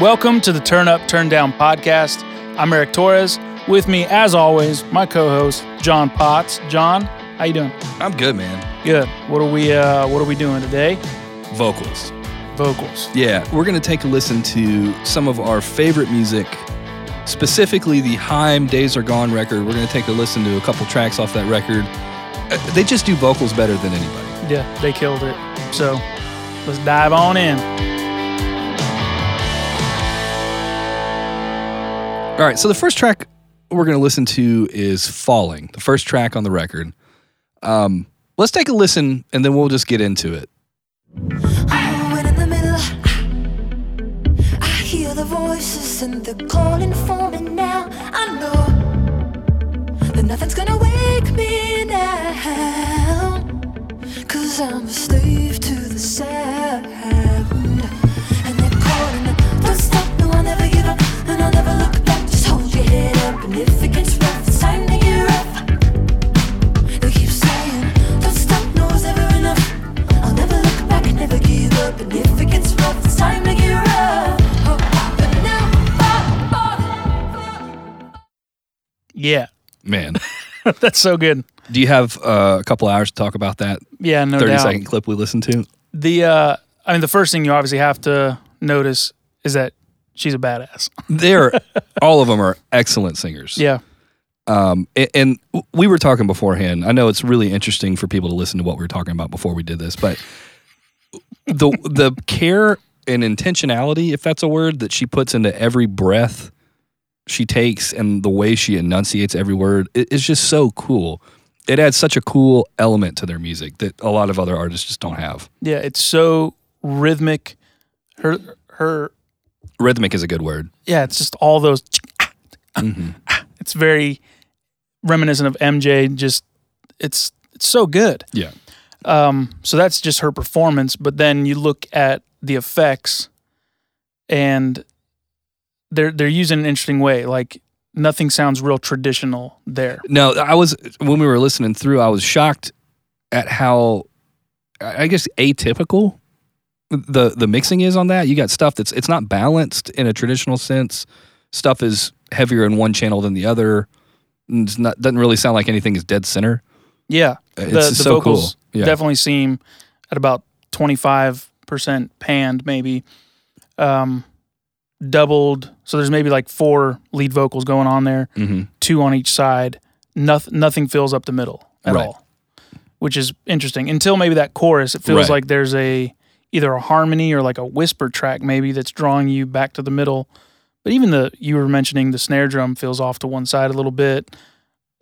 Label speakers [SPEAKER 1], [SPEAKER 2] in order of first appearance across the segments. [SPEAKER 1] Welcome to the Turn Up, Turn Down podcast. I'm Eric Torres. With me, as always, my co-host John Potts. John, how you doing?
[SPEAKER 2] I'm good, man.
[SPEAKER 1] Good. What are we? Uh, what are we doing today?
[SPEAKER 2] Vocals.
[SPEAKER 1] Vocals.
[SPEAKER 2] Yeah, we're going to take a listen to some of our favorite music, specifically the Heim Days Are Gone record. We're going to take a listen to a couple tracks off that record. Uh, They just do vocals better than anybody.
[SPEAKER 1] Yeah, they killed it. So let's dive on in.
[SPEAKER 2] All right, so the first track we're going to listen to is Falling, the first track on the record. Um, let's take a listen and then we'll just get into it.
[SPEAKER 3] When in the middle, I hear the voices and they're calling for me now. I know that nothing's gonna wake me now. Cause I'm a slave to the sound. And they're calling, don't stop, no, I'll never give up. And I'll never look back, just hold your head up. And if it gets rough, it's time to get rough. They keep saying, don't stop, no, it's never enough. I'll never look back, never give up. And if it gets rough, it's time to get rough. Oh, but now, oh, oh.
[SPEAKER 1] Yeah,
[SPEAKER 2] Man,
[SPEAKER 1] that's so good.
[SPEAKER 2] do you have uh, a couple hours to talk about that
[SPEAKER 1] Yeah, no
[SPEAKER 2] 30 second
[SPEAKER 1] doubt.
[SPEAKER 2] clip we listened to?
[SPEAKER 1] The uh, I mean, the first thing you obviously have to notice is that she's a badass.
[SPEAKER 2] They're all of them are excellent singers.
[SPEAKER 1] Yeah,
[SPEAKER 2] Um, a- and, we were talking beforehand. I know it's really interesting for people to listen to what we were talking about before we did this, but the the care and intentionality, if that's a word, that she puts into every breath she takes and the way she enunciates every word i- is just so cool. It adds such a cool element to their music that a lot of other artists just don't have.
[SPEAKER 1] yeah. It's so rhythmic. Her her
[SPEAKER 2] Rhythmic is a good word.
[SPEAKER 1] yeah, it's just all those. It's very reminiscent of MJ. Just it's it's so good.
[SPEAKER 2] Yeah.
[SPEAKER 1] Um, so that's just her performance. But then you look at the effects, and they're they're using an interesting way. Like nothing sounds real traditional there.
[SPEAKER 2] No, I was when we were listening through, I was shocked at how I I guess atypical the the mixing is on that. You got stuff that's it's not balanced in a traditional sense. Stuff is heavier in one channel than the other. And It's not doesn't really sound like anything is dead center.
[SPEAKER 1] Yeah,
[SPEAKER 2] It's just so cool.
[SPEAKER 1] vocals
[SPEAKER 2] Yeah.
[SPEAKER 1] definitely seem at about twenty five percent panned, maybe um, doubled. So there's maybe like four lead vocals going on there,
[SPEAKER 2] Mm-hmm.
[SPEAKER 1] two on each side. Nothing, nothing fills up the middle at
[SPEAKER 2] Right.
[SPEAKER 1] all, which is interesting. Until maybe that chorus, it feels
[SPEAKER 2] Right.
[SPEAKER 1] like there's a either a harmony or like a whisper track maybe that's drawing you back to the middle. But even the you were mentioning the snare drum feels off to one side a little bit.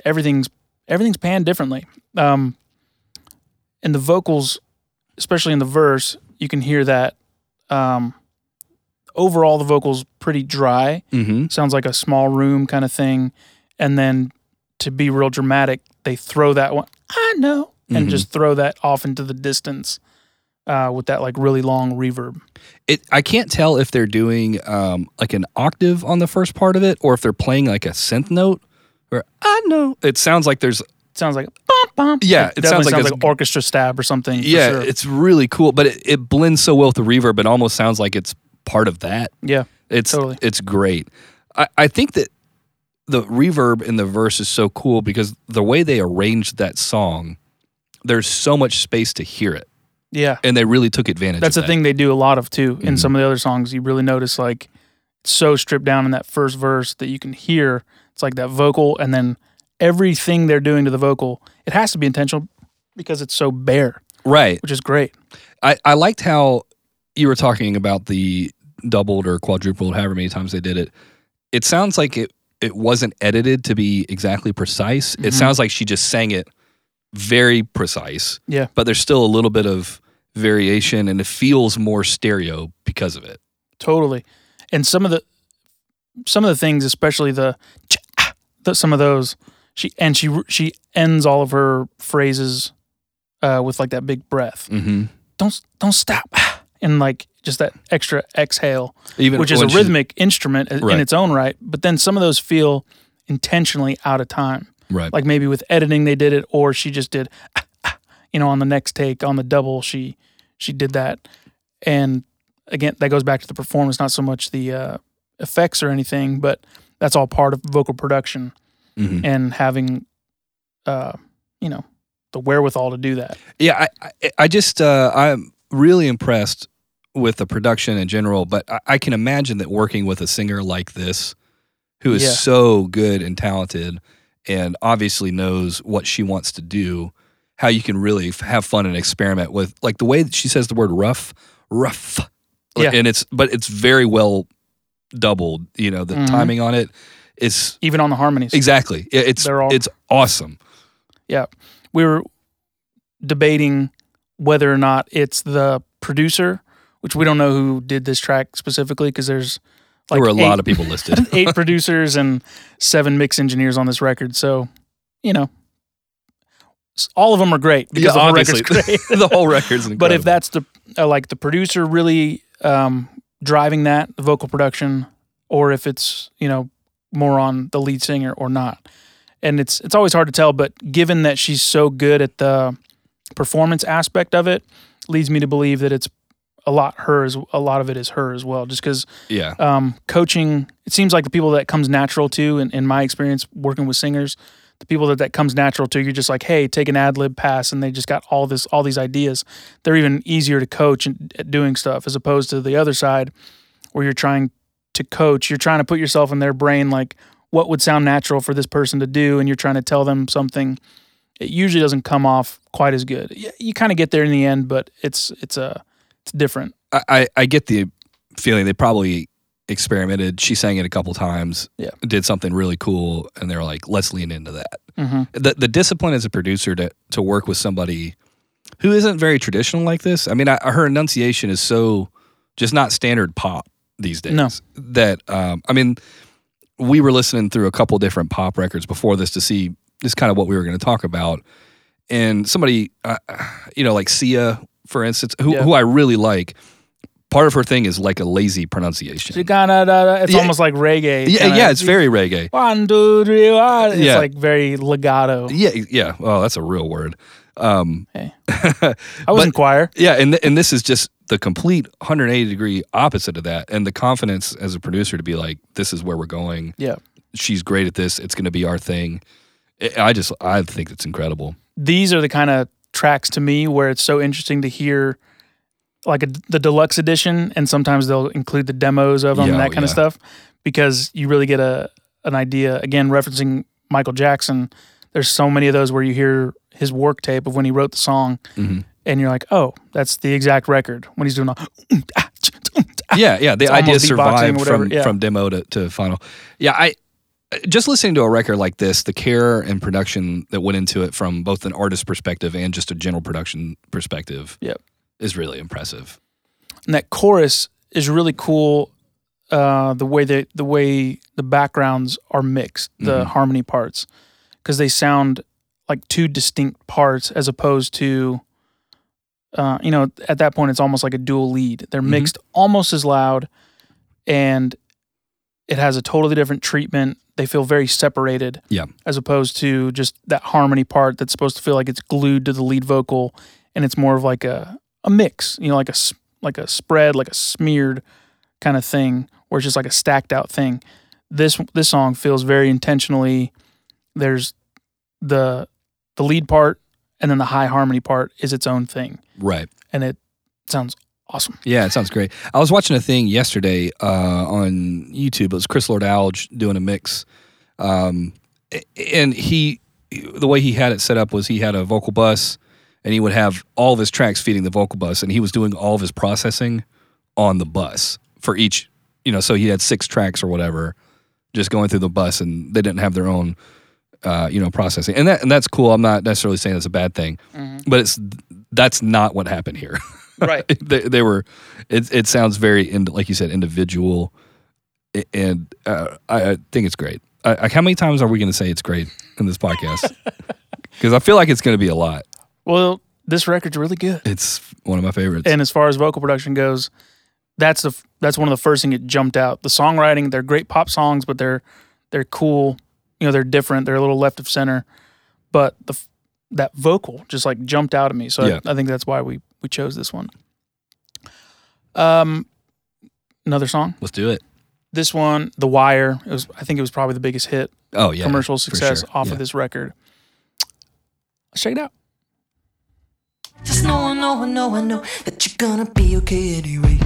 [SPEAKER 1] Everything's everything's panned differently. Um, and the vocals, especially in the verse, you can hear that. Um, overall, the vocals pretty dry.
[SPEAKER 2] Mm-hmm.
[SPEAKER 1] Sounds like a small room kind of thing. And then to be real dramatic, they throw that one. I know, and
[SPEAKER 2] Mhm.
[SPEAKER 1] just throw that off into the distance uh, with that like really long reverb.
[SPEAKER 2] It I can't tell if they're doing um, like an octave on the first part of it or if they're playing like a synth note. Or I know it sounds like there's
[SPEAKER 1] sounds like bum, bum.
[SPEAKER 2] Yeah,
[SPEAKER 1] it,
[SPEAKER 2] it
[SPEAKER 1] definitely
[SPEAKER 2] sounds like
[SPEAKER 1] sounds
[SPEAKER 2] it's-
[SPEAKER 1] like orchestra stab or something. for
[SPEAKER 2] Yeah,
[SPEAKER 1] sure.
[SPEAKER 2] it's really cool, but it, it blends so well with the reverb. It almost sounds like it's part of that.
[SPEAKER 1] yeah,
[SPEAKER 2] It's
[SPEAKER 1] Totally.
[SPEAKER 2] it's great. I, I think that the reverb in the verse is so cool because the way they arranged that song, there's so much space to hear it,
[SPEAKER 1] yeah.
[SPEAKER 2] and they really took advantage.
[SPEAKER 1] That's
[SPEAKER 2] of
[SPEAKER 1] the
[SPEAKER 2] that.
[SPEAKER 1] thing they do a lot of too.
[SPEAKER 2] Mm-hmm.
[SPEAKER 1] In some of the other songs, you really notice like it's so stripped down in that first verse that you can hear. It's like that vocal, and then everything they're doing to the vocal, it has to be intentional because it's so bare,
[SPEAKER 2] right?
[SPEAKER 1] which is great.
[SPEAKER 2] I, I liked how you were talking about the doubled or quadrupled, however many times they did it. It sounds like it it wasn't edited to be exactly precise.
[SPEAKER 1] Mm-hmm.
[SPEAKER 2] It sounds like she just sang it very precise.
[SPEAKER 1] Yeah.
[SPEAKER 2] But there's still a little bit of variation and it feels more stereo because of it.
[SPEAKER 1] Totally. And some of the some of the things, especially the, ch- ah, the some of those, she and she she ends all of her phrases uh, with like that big breath.
[SPEAKER 2] Mm-hmm.
[SPEAKER 1] Don't don't stop, ah, and like just that extra exhale.
[SPEAKER 2] Even
[SPEAKER 1] which is a
[SPEAKER 2] when she's-
[SPEAKER 1] rhythmic instrument i- in
[SPEAKER 2] Right.
[SPEAKER 1] its own right. But then some of those feel intentionally out of time.
[SPEAKER 2] Right.
[SPEAKER 1] Like maybe with editing they did it, or she just did, ah, ah, you know, on the next take on the double she she did that, and again, that goes back to the performance, not so much the uh, effects or anything, but that's all part of vocal production
[SPEAKER 2] Mhm.
[SPEAKER 1] and having, uh, you know, the wherewithal to do that.
[SPEAKER 2] Yeah, I, I, I just uh, I'm really impressed with the production in general, but I, I can imagine that working with a singer like this, who is
[SPEAKER 1] Yeah.
[SPEAKER 2] so good and talented, and obviously knows what she wants to do, how you can really f- have fun and experiment with, like the way that she says the word rough, rough,
[SPEAKER 1] Yeah.
[SPEAKER 2] and it's but it's very well doubled. You know, the
[SPEAKER 1] Mhm.
[SPEAKER 2] timing on it is
[SPEAKER 1] Even on the harmonies,
[SPEAKER 2] exactly. It- It's
[SPEAKER 1] They're all-
[SPEAKER 2] it's awesome.
[SPEAKER 1] we were debating whether or not it's the producer, which we don't know who did this track specifically because there's like
[SPEAKER 2] there were a
[SPEAKER 1] eight-
[SPEAKER 2] lot of people listed.
[SPEAKER 1] eight producers and seven mix engineers on this record. So, you know, s- all of them are great because the whole record's great.
[SPEAKER 2] the whole record's incredible.
[SPEAKER 1] but if that's the uh, like the producer really um, driving that the vocal production, or if it's you know more on the lead singer or not, and it's it's always hard to tell. But given that she's so good at the performance aspect of it, leads me to believe that it's a lot hers. A lot of it is her as well, just because
[SPEAKER 2] yeah,
[SPEAKER 1] um, coaching it seems like the people that comes natural to in, in my experience working with singers the people that that comes natural to you're just like hey take an ad lib pass and they just got all this all these ideas they're even easier to coach and at doing stuff as opposed to the other side where you're trying to coach you're trying to put yourself in their brain like what would sound natural for this person to do and you're trying to tell them something it usually doesn't come off quite as good Y- you kind of get there in the end but it's it's a it's different
[SPEAKER 2] I, I, I get the feeling they probably experimented. She sang it a couple times.
[SPEAKER 1] Yeah.
[SPEAKER 2] did something really cool, and they were like, "Let's lean into that."
[SPEAKER 1] mm-hmm.
[SPEAKER 2] The the discipline as a producer to to work with somebody who isn't very traditional like this. I mean, I, her enunciation is so just not standard pop these days.
[SPEAKER 1] No.
[SPEAKER 2] That um, I mean, we were listening through a couple different pop records before this to see just kind of what we were going to talk about. And somebody, uh, you know, like Sia, for instance, who,
[SPEAKER 1] Yeah.
[SPEAKER 2] who I really like, part of her thing is like a lazy pronunciation.
[SPEAKER 1] It's it's
[SPEAKER 2] Yeah.
[SPEAKER 1] almost like reggae.
[SPEAKER 2] yeah,
[SPEAKER 1] kinda.
[SPEAKER 2] yeah, it's very reggae.
[SPEAKER 1] One, two, three, one. It's
[SPEAKER 2] Yeah.
[SPEAKER 1] like very legato.
[SPEAKER 2] Yeah, yeah. Oh, that's a real word. Um,
[SPEAKER 1] I was in
[SPEAKER 2] But-
[SPEAKER 1] choir.
[SPEAKER 2] Yeah, and th- and this is just the complete 180 degree opposite of that, and the confidence as a producer to be like, this is where we're going.
[SPEAKER 1] Yeah.
[SPEAKER 2] she's great at this. It's going to be our thing. I- I just I think it's incredible.
[SPEAKER 1] These are the kind of tracks to me where it's so interesting to hear like a, the deluxe edition and sometimes they'll include the demos of them
[SPEAKER 2] Yeah,
[SPEAKER 1] and that kind of
[SPEAKER 2] yeah.
[SPEAKER 1] stuff because you really get a an idea again referencing Michael Jackson there's so many of those where you hear his work tape of when he wrote the song
[SPEAKER 2] Mhm.
[SPEAKER 1] and you're like oh that's the exact record when he's doing a
[SPEAKER 2] Yeah, yeah. The
[SPEAKER 1] It's
[SPEAKER 2] idea
[SPEAKER 1] almost beatboxing or
[SPEAKER 2] survived
[SPEAKER 1] whatever,
[SPEAKER 2] from
[SPEAKER 1] yeah.
[SPEAKER 2] from demo to, to final. Yeah, I just listening to a record like this, the care and production that went into it from both an artist perspective and just a general production perspective.
[SPEAKER 1] Yep.
[SPEAKER 2] is really impressive.
[SPEAKER 1] and that chorus is really cool. Uh, the way that the way the backgrounds are mixed, the
[SPEAKER 2] Mhm.
[SPEAKER 1] harmony parts, because they sound like two distinct parts as opposed to, uh, you know, at that point it's almost like a dual lead. They're
[SPEAKER 2] Mhm.
[SPEAKER 1] mixed almost as loud, and it has a totally different treatment. They feel very separated,
[SPEAKER 2] Yeah.
[SPEAKER 1] as opposed to just that harmony part that's supposed to feel like it's glued to the lead vocal, and it's more of like a a mix, you know, like a s- like a spread, like a smeared kind of thing, where it's just like a stacked out thing. This this song feels very intentionally. There's the the lead part, and then the high harmony part is its own thing,
[SPEAKER 2] Right.
[SPEAKER 1] and it sounds awesome.
[SPEAKER 2] Yeah, it sounds great. I was watching a thing yesterday uh, on YouTube. It was Chris Lord Alge doing a mix, um, and he the way he had it set up was he had a vocal bus, and he would have all of his tracks feeding the vocal bus, and he was doing all of his processing on the bus for each. You know, so he had six tracks or whatever, just going through the bus, and they didn't have their own. Uh, you know, processing, and that and that's cool. I'm not necessarily saying that's a bad thing, but it's that's not what happened here.
[SPEAKER 1] Right.
[SPEAKER 2] they, they were it, it sounds very ind- like you said individual I- and uh, I, I think it's great I, like how many times are we going to say it's great in this podcast because i feel like it's going to be a lot
[SPEAKER 1] Well, this record's really good.
[SPEAKER 2] it's one of my favorites
[SPEAKER 1] And as far as vocal production goes, that's the f- that's one of the first thing that jumped out. The songwriting, they're great pop songs, but they're they're cool. You know, they're different. They're a little left of center, but the f- that vocal just like jumped out at me. So
[SPEAKER 2] Yeah.
[SPEAKER 1] I, I think that's why we we chose this one. Um, another song.
[SPEAKER 2] Let's do it.
[SPEAKER 1] This one, The Wire, it was I think it was probably the biggest hit
[SPEAKER 2] Oh yeah,
[SPEAKER 1] commercial
[SPEAKER 2] for
[SPEAKER 1] success
[SPEAKER 2] sure.
[SPEAKER 1] off
[SPEAKER 2] Yeah.
[SPEAKER 1] of this record. Let's check it out.
[SPEAKER 3] Just know, I know, I know, I know that you're gonna be okay anyway.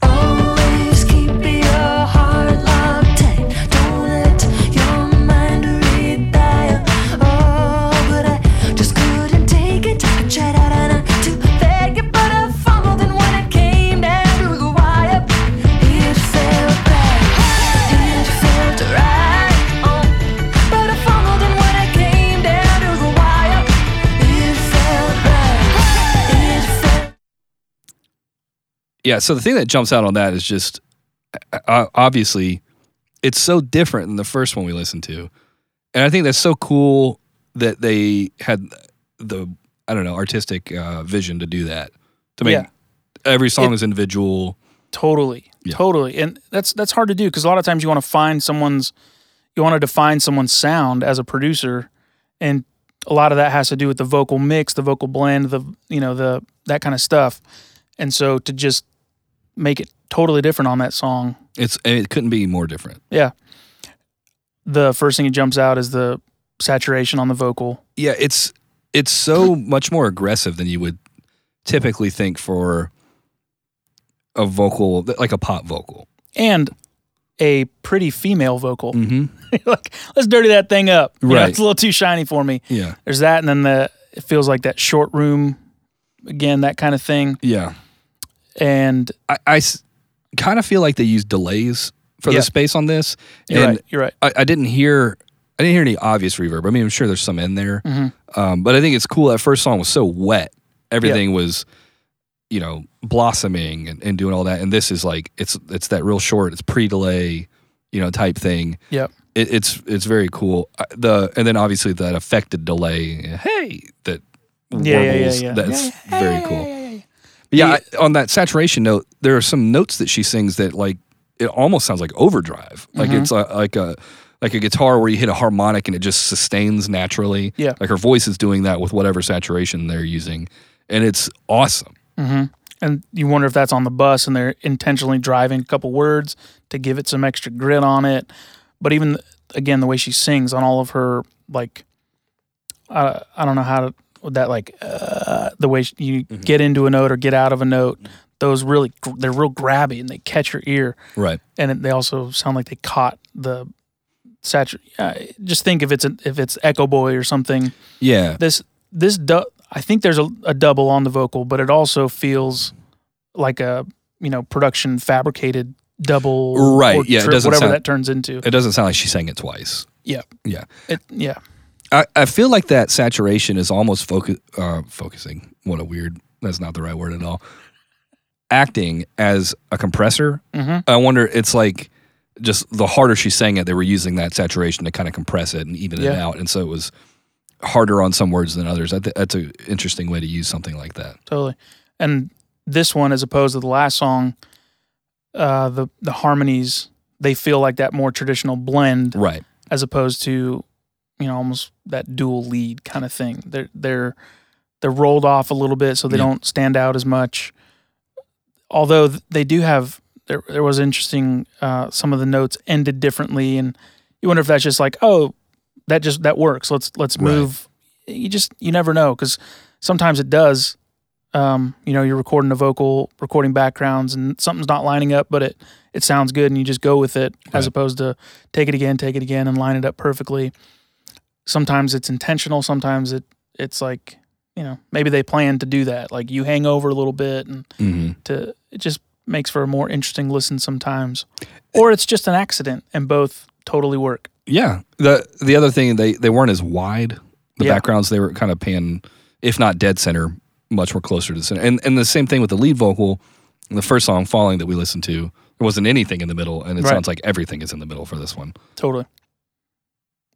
[SPEAKER 3] Always keep your heart locked tight. Don't let your mind read by all. But I just couldn't take it. I tried out and I to fake it, but I fumbled. And when it came down to the wire, it felt right. It felt right. Oh, but I fumbled. And when it came down to the wire, it felt right. It felt.
[SPEAKER 2] yeah so the thing that jumps out on that is just uh, obviously it's so different than the first one we listened to and i think that's so cool that they had the i don't know artistic uh, vision to do that to make
[SPEAKER 1] Yeah.
[SPEAKER 2] every song is individual
[SPEAKER 1] Totally,
[SPEAKER 2] Yeah.
[SPEAKER 1] totally, and that's that's hard to do because a lot of times you want to find someone's, you want to define someone's sound as a producer, and a lot of that has to do with the vocal mix, the vocal blend, the you know the that kind of stuff, and so to just make it totally different on that song,
[SPEAKER 2] it's and it couldn't be more different
[SPEAKER 1] yeah. The first thing that jumps out is the saturation on the vocal.
[SPEAKER 2] yeah it's it's so much more aggressive than you would typically think for a vocal like a pop vocal
[SPEAKER 1] and a pretty female vocal.
[SPEAKER 2] mm-hmm.
[SPEAKER 1] like, let's dirty that thing up. You know,
[SPEAKER 2] Right.
[SPEAKER 1] it's a little too shiny for me.
[SPEAKER 2] yeah
[SPEAKER 1] There's that, and then the it feels like that short room, again, that kind of thing.
[SPEAKER 2] yeah
[SPEAKER 1] And
[SPEAKER 2] I, kind of feel like they used delays for
[SPEAKER 1] Yeah.
[SPEAKER 2] the space on this,
[SPEAKER 1] you're
[SPEAKER 2] and
[SPEAKER 1] right. You're right.
[SPEAKER 2] I, I didn't hear. I didn't hear any obvious reverb. I mean, I'm sure there's some in there,
[SPEAKER 1] Mhm.
[SPEAKER 2] um, but I think it's cool. That first song was so wet; everything was, you know, blossoming and, and doing all that. And this is like it's it's that real short, it's pre-delay, you know, type thing.
[SPEAKER 1] Yep.
[SPEAKER 2] It, it's it's very cool. Uh, The and then obviously that affected delay. Hey, that
[SPEAKER 1] Yeah, yeah, yeah,
[SPEAKER 2] warbles,
[SPEAKER 1] yeah.
[SPEAKER 2] That's
[SPEAKER 1] Yeah,
[SPEAKER 2] very
[SPEAKER 1] yeah,
[SPEAKER 2] cool.
[SPEAKER 1] yeah, yeah, yeah.
[SPEAKER 2] Yeah, I- on that saturation note, there are some notes that she sings that like it almost sounds like overdrive. Like it's a, like a like a guitar where you hit a harmonic and it just sustains naturally.
[SPEAKER 1] Yeah.
[SPEAKER 2] like her voice is doing that with whatever saturation they're using, and it's awesome.
[SPEAKER 1] And you wonder if that's on the bus, and they're intentionally driving a couple words to give it some extra grit on it. But even again, the way she sings on all of her like, I I don't know how to that like uh, the way she- you
[SPEAKER 2] Mm-hmm.
[SPEAKER 1] get into a note or get out of a note. Those really gr- they're real grabby and they catch your ear.
[SPEAKER 2] Right.
[SPEAKER 1] and it, they also sound like they caught the satur- uh, just think if it's a, if it's echo boy or something
[SPEAKER 2] Yeah.
[SPEAKER 1] this this du- i think there's a, a double on the vocal but it also feels like a you know production fabricated double
[SPEAKER 2] Right,
[SPEAKER 1] or
[SPEAKER 2] yeah, it
[SPEAKER 1] tri-
[SPEAKER 2] doesn't
[SPEAKER 1] whatever
[SPEAKER 2] sound-
[SPEAKER 1] that turns into
[SPEAKER 2] It doesn't sound like she sang it twice.
[SPEAKER 1] yeah
[SPEAKER 2] Yeah.
[SPEAKER 1] it, yeah
[SPEAKER 2] I, I feel like that saturation is almost focus uh, focusing. What a weird. That's not the right word at all. Acting as a compressor.
[SPEAKER 1] Mhm.
[SPEAKER 2] I wonder. It's like just the harder she sang it, they were using that saturation to kind of compress it and even it
[SPEAKER 1] Yeah.
[SPEAKER 2] out, and so it was harder on some words than others. I th- that's an interesting way to use something like that.
[SPEAKER 1] totally and this one as opposed to the last song uh the the harmonies they feel like that more traditional blend
[SPEAKER 2] Right.
[SPEAKER 1] as opposed to you know almost that dual lead kind of thing. They're they're they're rolled off a little bit so they
[SPEAKER 2] Yeah.
[SPEAKER 1] don't stand out as much. Although th- they do have there there was interesting uh, some of the notes ended differently and you wonder if that's just like oh that just that works let's let's
[SPEAKER 2] Right.
[SPEAKER 1] move you just you never know because sometimes it does um, you know you're recording a vocal recording backgrounds and something's not lining up but it it sounds good and you just go with it as
[SPEAKER 2] Right.
[SPEAKER 1] opposed to take it again take it again and line it up perfectly sometimes it's intentional sometimes it it's like you know maybe they plan to do that like you hang over a little bit and
[SPEAKER 2] hmm
[SPEAKER 1] to it just makes for a more interesting listen sometimes or it's just an accident and both totally work
[SPEAKER 2] Yeah. The the other thing they they weren't as wide. The
[SPEAKER 1] Yeah.
[SPEAKER 2] backgrounds they were kind of pan, if not dead center, much more closer to the center. And and the same thing with the lead vocal, in the first song "Falling" that we listened to, there wasn't anything in the middle, and it
[SPEAKER 1] Right.
[SPEAKER 2] sounds like everything is in the middle for this one.
[SPEAKER 1] totally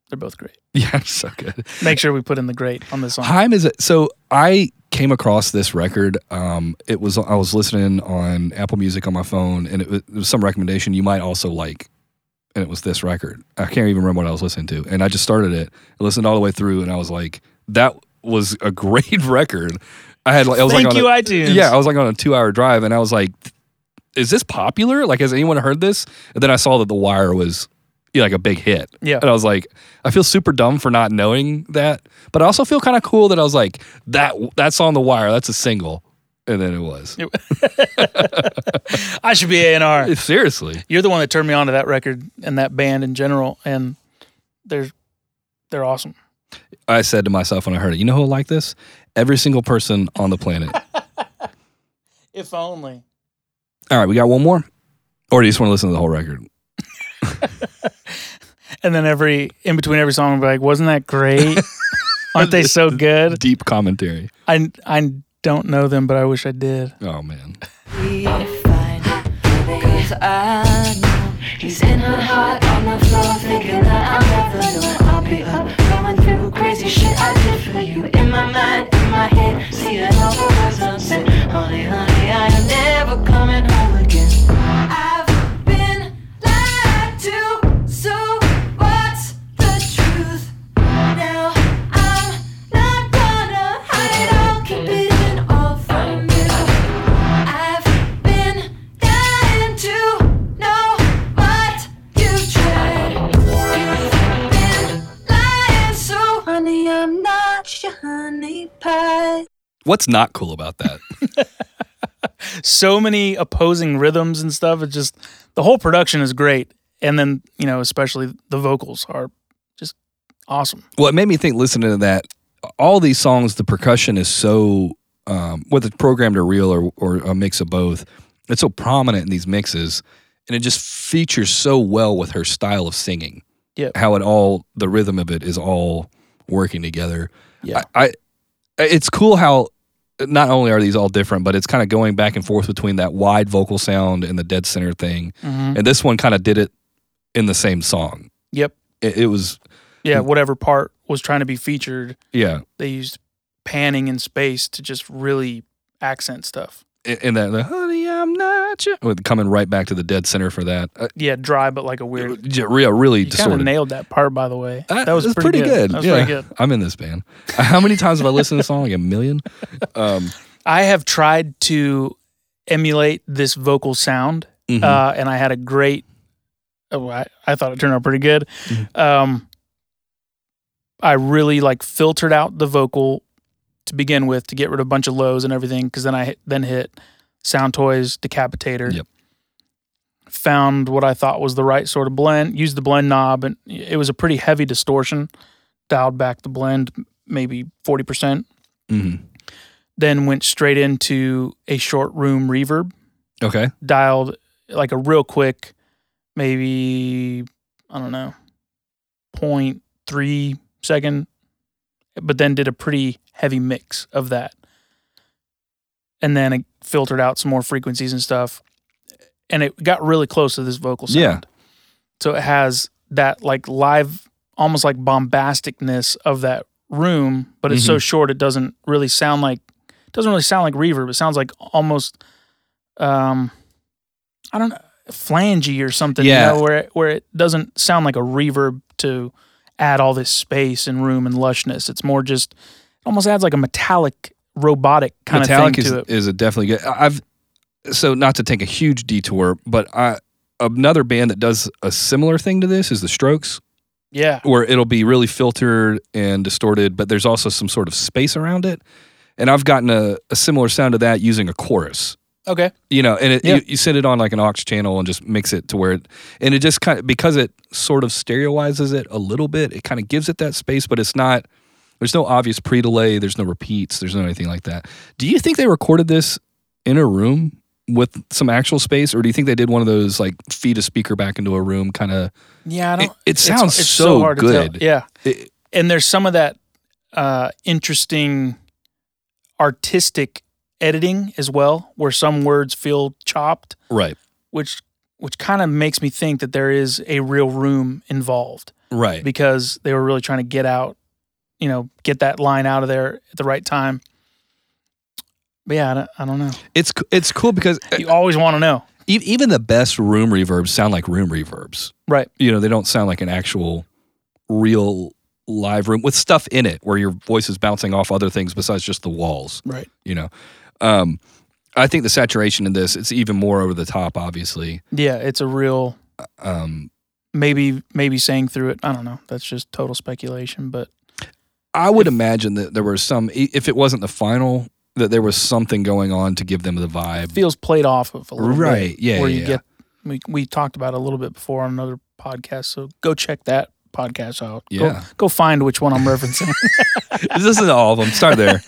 [SPEAKER 1] they're both great
[SPEAKER 2] Yeah, so good.
[SPEAKER 1] make sure we put in the great on this song
[SPEAKER 2] Heim is a, so I came across this record. Um, it was I was listening on Apple Music on my phone, and it was, it was some recommendation you might also like, and it was this record. I can't even remember what I was listening to, and I just started it, I listened all the way through, and I was like, that was a great record. I had like I was
[SPEAKER 1] thank
[SPEAKER 2] like on
[SPEAKER 1] you
[SPEAKER 2] a,
[SPEAKER 1] itunes
[SPEAKER 2] yeah, I was like on a two hour drive, and I was like, is this popular? Like, has anyone heard this? And then I saw that The Wire was you know, like a big hit.
[SPEAKER 1] Yeah.
[SPEAKER 2] And I was like, I feel super dumb for not knowing that, but I also feel kind of cool that I was like, that that's on The Wire. That's a single. And then it was.
[SPEAKER 1] I should be A and R.
[SPEAKER 2] Seriously.
[SPEAKER 1] You're the one that turned me on to that record and that band in general, and they're they're awesome.
[SPEAKER 2] I said to myself when I heard it, you know who will like this? Every single person on the planet.
[SPEAKER 1] If only.
[SPEAKER 2] All right, we got one more. Or do you just want to listen to the whole record?
[SPEAKER 1] And then every in between every song, I'm like, wasn't that great? Aren't they so good?
[SPEAKER 2] Deep commentary.
[SPEAKER 1] I I don't know them, but I wish I did.
[SPEAKER 2] Oh man.
[SPEAKER 4] fine. Cause I know he's in her heart on the floor, thinking that I'll never know. I'll be up, going through crazy shit I did for you. In my mind, in my head, seeing all the words I'm saying. Honey, honey, I am never coming home again. I've been lied to, so what's the truth? Now I'm not gonna hide it all, keep it in all from you. I've been dying to know what you've tried. You've been lying, so honey, I'm not your honey pie.
[SPEAKER 2] What's not cool about that?
[SPEAKER 1] so many opposing rhythms and stuff. It's just the whole production is great, and then you know, especially the vocals are just awesome.
[SPEAKER 2] well, it made me think listening to that. All these songs, the percussion is so um, whether it's programmed or real or, or a mix of both, it's so prominent in these mixes, and it just features so well with her style of singing.
[SPEAKER 1] Yep.
[SPEAKER 2] how it all the rhythm of it is all working together.
[SPEAKER 1] Yeah.
[SPEAKER 2] I, I it's cool how not only are these all different, but it's kind of going back and forth between that wide vocal sound and the dead center thing,
[SPEAKER 1] Mhm.
[SPEAKER 2] and this one kind of did it in the same song.
[SPEAKER 1] Yep.
[SPEAKER 2] It, it was
[SPEAKER 1] Yeah, whatever part was trying to be featured,
[SPEAKER 2] yeah,
[SPEAKER 1] they used panning in space to just really accent stuff.
[SPEAKER 2] and and that the, honey, I'm not you. with- Coming right back to the dead center for that. Uh,
[SPEAKER 1] Yeah, dry but like a weird.
[SPEAKER 2] j- real, really
[SPEAKER 1] You kind of
[SPEAKER 2] distorted.
[SPEAKER 1] nailed that part, by the way.
[SPEAKER 2] Uh,
[SPEAKER 1] That was
[SPEAKER 2] it's
[SPEAKER 1] pretty, good. That was
[SPEAKER 2] yeah.
[SPEAKER 1] pretty good.
[SPEAKER 2] I'm in this band. Uh, How many times have I listened to this song? Like a million. Um,
[SPEAKER 1] I have tried to emulate this vocal sound,
[SPEAKER 2] mhm.
[SPEAKER 1] uh, and I had a great. Oh, I, I thought it turned out pretty good. Um, I really like filtered out the vocal to begin with to get rid of a bunch of lows and everything, because then I hit- then hit Sound Toys Decapitator.
[SPEAKER 2] Yep.
[SPEAKER 1] Found what I thought was the right sort of blend. Used the blend knob, and it was a pretty heavy distortion. Dialed back the blend maybe forty percent.
[SPEAKER 2] Mhm.
[SPEAKER 1] Then went straight into a short room reverb
[SPEAKER 2] Okay.
[SPEAKER 1] dialed like a real quick, maybe I don't know, 0.3 second, but then did a pretty heavy mix of that, and then it filtered out some more frequencies and stuff, and it got really close to this vocal sound.
[SPEAKER 2] Yeah.
[SPEAKER 1] So it has that like live, almost like bombasticness of that room, but it's
[SPEAKER 2] Mm-hmm.
[SPEAKER 1] so short it doesn't really sound like doesn't really sound like reverb. It sounds like almost um I don't know flangey or something,
[SPEAKER 2] Yeah.
[SPEAKER 1] you know, where it, where it doesn't sound like a reverb to add all this space and room and lushness. It's more just it almost adds like a metallic robotic kind
[SPEAKER 2] Metallic
[SPEAKER 1] of thing
[SPEAKER 2] is,
[SPEAKER 1] to it.
[SPEAKER 2] is a definitely good. I- I've so not to take a huge detour, but I another band that does a similar thing to this is the Strokes,
[SPEAKER 1] Yeah.
[SPEAKER 2] where it'll be really filtered and distorted, but there's also some sort of space around it. And I've gotten a, a similar sound to that using a chorus
[SPEAKER 1] Okay.
[SPEAKER 2] you know, and it,
[SPEAKER 1] Yeah.
[SPEAKER 2] you, you send it on like an aux channel and just mix it to where it, and it just kind of, because it sort of stereoizes it a little bit, it kind of gives it that space, but it's not, there's no obvious pre delay, there's no repeats, there's no anything like that. Do you think they recorded this in a room with some actual space, or do you think they did one of those like feed a speaker back into a room kind of,
[SPEAKER 1] Yeah, I don't
[SPEAKER 2] it, it
[SPEAKER 1] it's-
[SPEAKER 2] sounds
[SPEAKER 1] it's
[SPEAKER 2] so,
[SPEAKER 1] hard to tell.
[SPEAKER 2] good.
[SPEAKER 1] Yeah.
[SPEAKER 2] It-
[SPEAKER 1] and there's some of that uh, interesting artistic editing as well, where some words feel chopped,
[SPEAKER 2] right,
[SPEAKER 1] which which kind of makes me think that there is a real room involved
[SPEAKER 2] right.
[SPEAKER 1] because they were really trying to get out, you know, get that line out of there at the right time. But yeah, I don't, I don't know.
[SPEAKER 2] It's, c- it's cool because uh,
[SPEAKER 1] You always want to know,
[SPEAKER 2] e- even the best room reverbs sound like room reverbs.
[SPEAKER 1] right?
[SPEAKER 2] you know, they don't sound like an actual real live room with stuff in it where your voice is bouncing off other things besides just the walls,
[SPEAKER 1] Right.
[SPEAKER 2] you know. Um, I think the saturation in this it's even more over the top. Obviously,
[SPEAKER 1] Yeah, it's a real
[SPEAKER 2] um,
[SPEAKER 1] maybe maybe saying through it. I don't know. That's just total speculation, but
[SPEAKER 2] I would imagine that there was some. i- If it wasn't the final, that there was something going on to give them the vibe.
[SPEAKER 1] feels played off of a little bit,
[SPEAKER 2] Right, yeah,
[SPEAKER 1] Where
[SPEAKER 2] yeah,
[SPEAKER 1] you
[SPEAKER 2] yeah.
[SPEAKER 1] get we we talked about it a little bit before on another podcast, so go check that podcast out. Go-
[SPEAKER 2] Yeah.
[SPEAKER 1] Go, find which one I'm referencing.
[SPEAKER 2] this is all of them. Start there.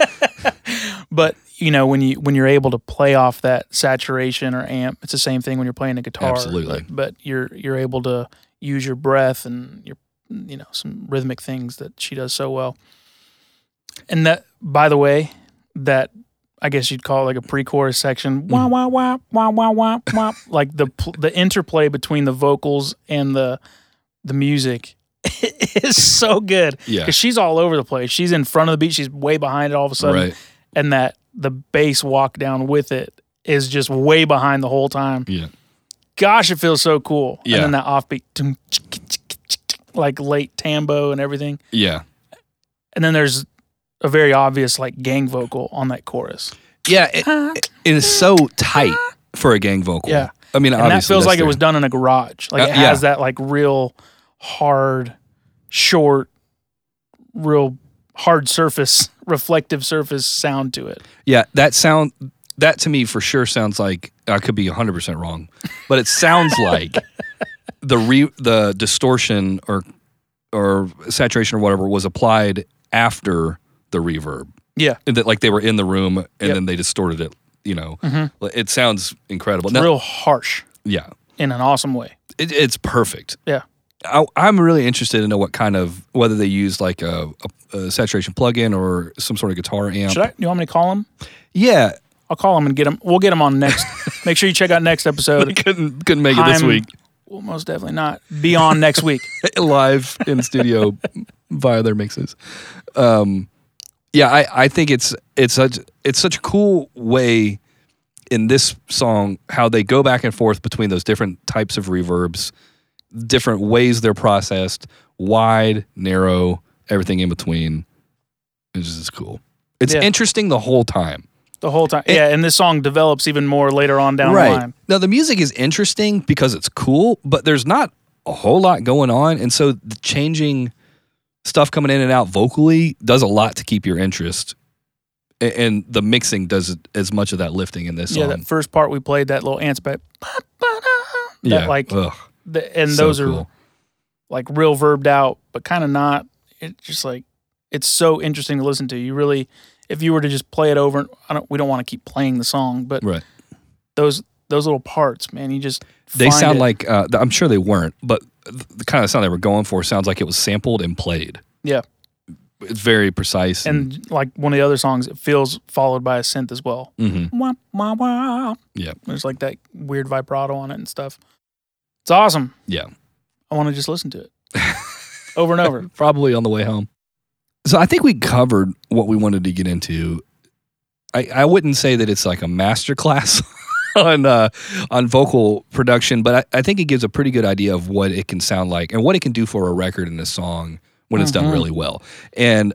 [SPEAKER 1] but you know, when you when you're able to play off that saturation or amp, it's the same thing when you're playing a guitar.
[SPEAKER 2] Absolutely.
[SPEAKER 1] But, but you're you're able to use your breath and your you know, some rhythmic things that she does so well. And that by the way, that I guess you'd call it like a pre-chorus
[SPEAKER 2] Mm-hmm.
[SPEAKER 1] section. Wah wah wah wah wah wah wah. like the pl- the interplay between the vocals and the the music is so good.
[SPEAKER 2] Yeah.
[SPEAKER 1] because she's all over the place. She's in front of the beat. She's way behind it all of a sudden,
[SPEAKER 2] Right.
[SPEAKER 1] and that the bass walk down with it is just way behind the whole time.
[SPEAKER 2] Yeah.
[SPEAKER 1] Gosh, it feels so cool.
[SPEAKER 2] Yeah.
[SPEAKER 1] And then that offbeat, dum, tsk, tsk, tsk, tsk, like late tambo and everything.
[SPEAKER 2] Yeah.
[SPEAKER 1] And then there's a very obvious like gang vocal on that chorus.
[SPEAKER 2] Yeah. It, it is so tight for a gang vocal.
[SPEAKER 1] Yeah.
[SPEAKER 2] I mean,
[SPEAKER 1] And that
[SPEAKER 2] obviously
[SPEAKER 1] feels
[SPEAKER 2] that's
[SPEAKER 1] like it
[SPEAKER 2] their-
[SPEAKER 1] was done in a garage. Like
[SPEAKER 2] Uh,
[SPEAKER 1] it has
[SPEAKER 2] yeah.
[SPEAKER 1] that like real hard, short, real hard surface, reflective surface sound to it.
[SPEAKER 2] Yeah, that sound that to me for sure sounds like I could be 100% wrong, but it sounds like the re, the distortion or or saturation or whatever was applied after the reverb.
[SPEAKER 1] Yeah.
[SPEAKER 2] And That like they were in the room and
[SPEAKER 1] Yep. Mm-hmm.
[SPEAKER 2] then they distorted it, you know. It sounds incredible. Now-
[SPEAKER 1] Real harsh
[SPEAKER 2] yeah.
[SPEAKER 1] in an awesome way.
[SPEAKER 2] It, it's perfect.
[SPEAKER 1] Yeah.
[SPEAKER 2] I, I'm really interested to know what kind of whether they used like a, a, a saturation plugin or some sort of guitar amp.
[SPEAKER 1] Should I? You want me to call him?
[SPEAKER 2] Yeah,
[SPEAKER 1] I'll call him and get him. We'll get him on next. Make sure you check out next episode.
[SPEAKER 2] couldn't couldn't make it this
[SPEAKER 1] I'm-
[SPEAKER 2] week.
[SPEAKER 1] Well, most definitely not. Be on next week.
[SPEAKER 2] live in studio via their mixes. Um, yeah, I, I think it's it's such it's such a cool way in this song how they go back and forth between those different types of reverbs, different ways they're processed, wide, narrow, everything in between. It's just cool. It's
[SPEAKER 1] Yeah.
[SPEAKER 2] interesting the whole time.
[SPEAKER 1] The whole time. yeah, and this song develops even more later on down the line.
[SPEAKER 2] Now the music is interesting because it's cool, but there's not a whole lot going on, and so the changing stuff coming in and out vocally does a lot to keep your interest. A- And the mixing does as much of that lifting in this
[SPEAKER 1] Yeah,
[SPEAKER 2] song.
[SPEAKER 1] that first part we played, that little ants back. That like,
[SPEAKER 2] Ugh,
[SPEAKER 1] the, and
[SPEAKER 2] so
[SPEAKER 1] those are
[SPEAKER 2] cool.
[SPEAKER 1] like real verbed out, but kind of not. It's just like it's so interesting to listen to. You really, if you were to just play it over, I don't. We don't want to keep playing the song, but
[SPEAKER 2] right.
[SPEAKER 1] those those little parts, man, you just
[SPEAKER 2] They
[SPEAKER 1] find
[SPEAKER 2] sound
[SPEAKER 1] it.
[SPEAKER 2] like uh, th- I'm sure they weren't, but th- the kind of sound they were going for sounds like it was sampled and played.
[SPEAKER 1] yeah.
[SPEAKER 2] It's very precise.
[SPEAKER 1] and like one of the other songs, it feels followed by a synth as well.
[SPEAKER 2] Mhm.
[SPEAKER 1] Wah, wah, wah.
[SPEAKER 2] yeah,
[SPEAKER 1] There's like that weird vibrato on it and stuff. It's awesome.
[SPEAKER 2] yeah.
[SPEAKER 1] I want to just listen to it over and over.
[SPEAKER 2] probably on the way home. So I think we covered what we wanted to get into. I, I wouldn't say that it's like a masterclass on uh, on vocal production, but I, I think it gives a pretty good idea of what it can sound like and what it can do for a record and a song when it's done really well. And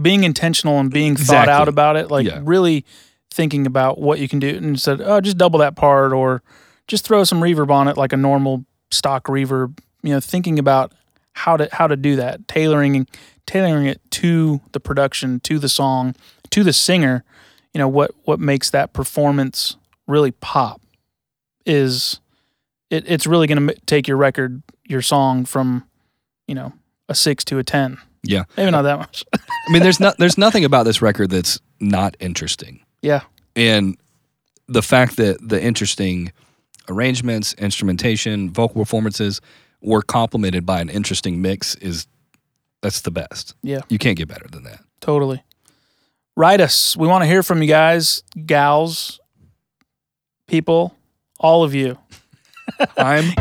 [SPEAKER 1] Being intentional and being thought
[SPEAKER 2] Exactly.
[SPEAKER 1] out about it, like
[SPEAKER 2] Yeah.
[SPEAKER 1] really thinking about what you can do, and said, oh, just double that part or just throw some reverb on it, like a normal stock reverb. You know, thinking about how to how to do that, tailoring tailoring it to the production, to the song, to the singer. You know what what makes that performance really pop is it, it's really going to take your record, your song from, you know, a six to a 10.
[SPEAKER 2] yeah,
[SPEAKER 1] Maybe not that much.
[SPEAKER 2] I mean, there's not there's nothing about this record that's not interesting.
[SPEAKER 1] yeah.
[SPEAKER 2] and the fact that the interesting arrangements, instrumentation, vocal performances were complemented by an interesting mix is that's the best.
[SPEAKER 1] Yeah.
[SPEAKER 2] You can't get better than that.
[SPEAKER 1] Totally. Write us. We want to hear from you guys, gals, people, all of you.
[SPEAKER 2] I'm